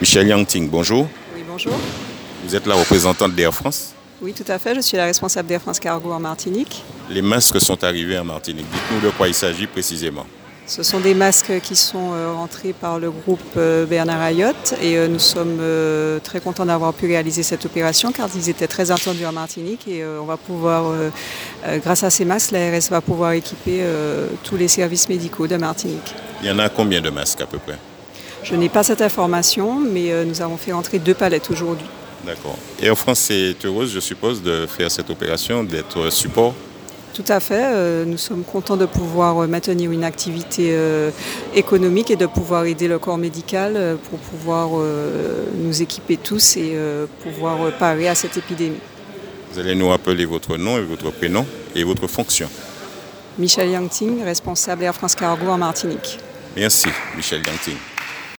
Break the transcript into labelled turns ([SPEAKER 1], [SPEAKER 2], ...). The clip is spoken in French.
[SPEAKER 1] Michel Yangting, bonjour.
[SPEAKER 2] Oui, bonjour.
[SPEAKER 1] Vous êtes la représentante d'Air France.
[SPEAKER 2] Oui, tout à fait. Je suis la responsable d'Air France Cargo en Martinique.
[SPEAKER 1] Les masques sont arrivés en Martinique. Dites-nous de quoi il s'agit précisément.
[SPEAKER 2] Ce sont des masques qui sont euh, rentrés par le groupe euh, Bernard Ayotte et euh, nous sommes euh, très contents d'avoir pu réaliser cette opération car ils étaient très attendus en Martinique et euh, on va pouvoir, euh, grâce à ces masques, l'ARS va pouvoir équiper euh, tous les services médicaux de Martinique.
[SPEAKER 1] Il y en a combien de masques à peu près
[SPEAKER 2] Je n'ai pas cette information, mais euh, nous avons fait rentrer deux palettes aujourd'hui.
[SPEAKER 1] D'accord. Air France est heureuse, je suppose, de faire cette opération, d'être support
[SPEAKER 2] tout à fait. euh, Nous sommes contents de pouvoir euh, maintenir une activité euh, économique et de pouvoir aider le corps médical euh, pour pouvoir euh, nous équiper tous et euh, pouvoir parer à cette épidémie.
[SPEAKER 1] Vous allez nous rappeler votre nom et votre prénom et votre fonction.
[SPEAKER 2] Michel Yangting, responsable Air France Cargo en Martinique.
[SPEAKER 1] Merci, Michel Yangting.